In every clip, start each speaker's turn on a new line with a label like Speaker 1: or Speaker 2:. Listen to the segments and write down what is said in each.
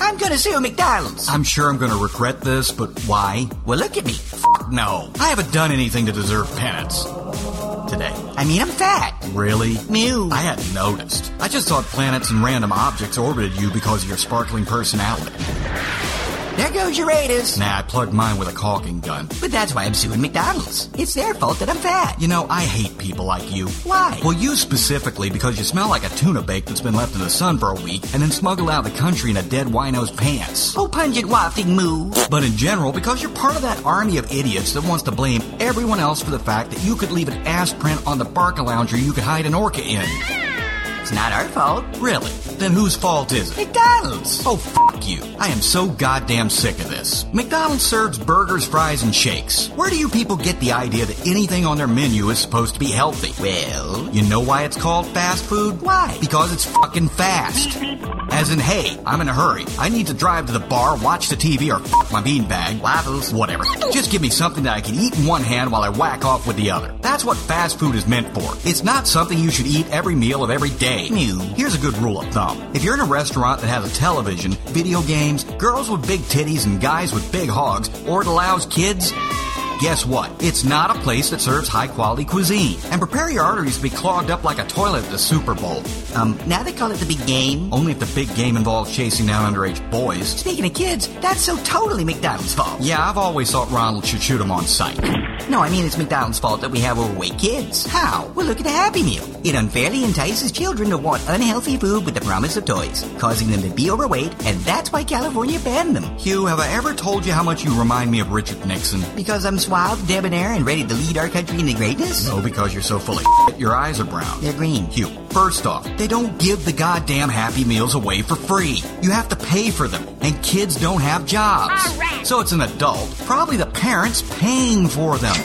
Speaker 1: I'm gonna sue McDonald's.
Speaker 2: I'm sure I'm going to regret this, but why?
Speaker 1: Well, look at me.
Speaker 2: F- no. I haven't done anything to deserve penance. Today.
Speaker 1: I mean, I'm fat.
Speaker 2: Really?
Speaker 1: Mew.
Speaker 2: I hadn't noticed. I just thought planets and random objects orbited you because of your sparkling personality.
Speaker 1: There goes your Raiders.
Speaker 2: Nah, I plugged mine with a caulking gun.
Speaker 1: But that's why I'm suing McDonald's. It's their fault that I'm fat.
Speaker 2: You know, I hate people like you.
Speaker 1: Why?
Speaker 2: Well, you specifically because you smell like a tuna bake that's been left in the sun for a week and then smuggled out of the country in a dead wino's pants.
Speaker 1: Oh, pungent wafting moo.
Speaker 2: But in general, because you're part of that army of idiots that wants to blame everyone else for the fact that you could leave an ass print on the Barca Lounger you could hide an orca in.
Speaker 1: It's not our fault.
Speaker 2: Really? Then whose fault is it?
Speaker 1: McDonald's.
Speaker 2: Oh, fuck you. I am so goddamn sick of this. McDonald's serves burgers, fries, and shakes. Where do you people get the idea that anything on their menu is supposed to be healthy?
Speaker 1: Well,
Speaker 2: You know why it's called fast food?
Speaker 1: Why?
Speaker 2: Because it's fucking fast. As in, hey, I'm in a hurry. I need to drive to the bar, watch the TV, or fuck my beanbag.
Speaker 1: waffles.
Speaker 2: Whatever. Just give me something that I can eat in one hand while I whack off with the other. That's what fast food is meant for. It's not something you should eat every meal of every day.
Speaker 1: No.
Speaker 2: Here's a good rule of thumb. If you're in a restaurant that has a television, video games, girls with big titties and guys with big hogs, or it allows kids, guess what? It's not a place that serves high quality cuisine. And prepare your arteries to be clogged up like a toilet at the Super Bowl.
Speaker 1: Um, now they call it the big game.
Speaker 2: Only if the big game involves chasing down underage boys.
Speaker 1: Speaking of kids, that's so totally McDonald's fault.
Speaker 2: Yeah, I've always thought Ronald should shoot him on sight.
Speaker 1: No, I mean it's McDonald's fault that we have overweight kids. How? Well, look at the Happy Meal. It unfairly entices children to want unhealthy food with the promise of toys, causing them to be overweight, and that's why California banned them.
Speaker 2: Hugh, have I ever told you how much you remind me of Richard Nixon?
Speaker 1: Because I'm suave, debonair, and ready to lead our country into greatness?
Speaker 2: No, because you're so full of shit, your eyes are brown.
Speaker 1: They're green.
Speaker 2: Hugh, first off, they don't give the goddamn Happy Meals away for free. You have to pay for them, and kids don't have jobs. So it's an adult, probably the parents, paying for them.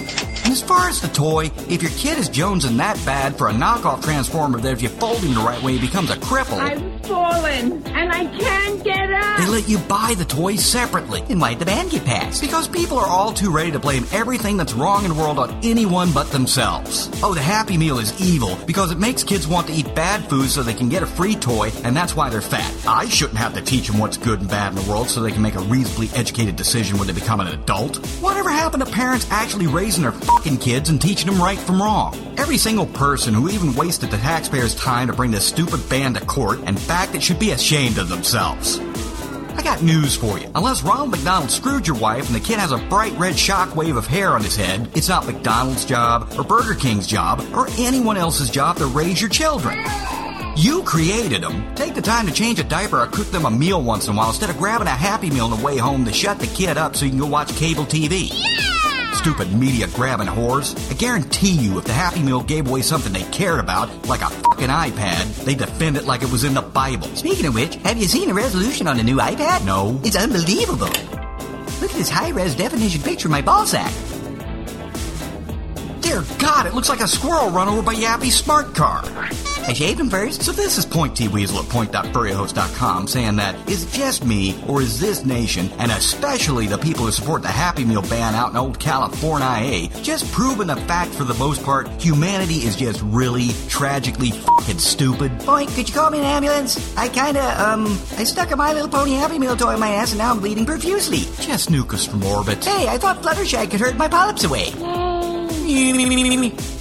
Speaker 2: And as far as the toy, if your kid is jonesing that bad for a knockoff transformer that if you fold him the right way, he becomes a cripple,
Speaker 3: I've fallen and I can't get
Speaker 2: they
Speaker 3: up.
Speaker 2: let you buy the toy separately.
Speaker 1: Then why'd the ban get passed?
Speaker 2: Because people are all too ready to blame everything that's wrong in the world on anyone but themselves. Oh, the Happy Meal is evil because it makes kids want to eat bad food so they can get a free toy, and that's why they're fat. I shouldn't have to teach them what's good and bad in the world so they can make a reasonably educated decision when they become an adult. Whatever happened to parents actually raising their fucking kids and teaching them right from wrong? Every single person who even wasted the taxpayers' time to bring this stupid ban to court, in fact, it should be ashamed of themselves. I got news for you. Unless Ronald McDonald screwed your wife and the kid has a bright red shockwave of hair on his head, it's not McDonald's job or Burger King's job or anyone else's job to raise your children. You created them. Take the time to change a diaper or cook them a meal once in a while instead of grabbing a Happy Meal on the way home to shut the kid up so you can go watch cable TV. Stupid media grabbing whores. I guarantee you, if the Happy Meal gave away something they cared about, like a fucking iPad, they defend it like it was in the Bible.
Speaker 1: Speaking of which, have you seen the resolution on the new iPad?
Speaker 2: No.
Speaker 1: It's unbelievable. Look at this high-res definition picture of my ball sack.
Speaker 2: Dear God, it looks like a squirrel run over by Yappy's smart car.
Speaker 1: I shaved him first.
Speaker 2: So this is Point T Weasel at point.furryhost.com saying that is it just me or is this nation, and especially the people who support the Happy Meal ban out in old California, eh? just proving the fact for the most part humanity is just really tragically fucking stupid.
Speaker 1: Boy, could you call me an ambulance? I kinda, um, I stuck a My Little Pony Happy Meal toy in my ass and now I'm bleeding profusely.
Speaker 2: Just nuke us from orbit.
Speaker 1: Hey, I thought Fluttershy could hurt my polyps away.
Speaker 3: Yay.
Speaker 1: Hey,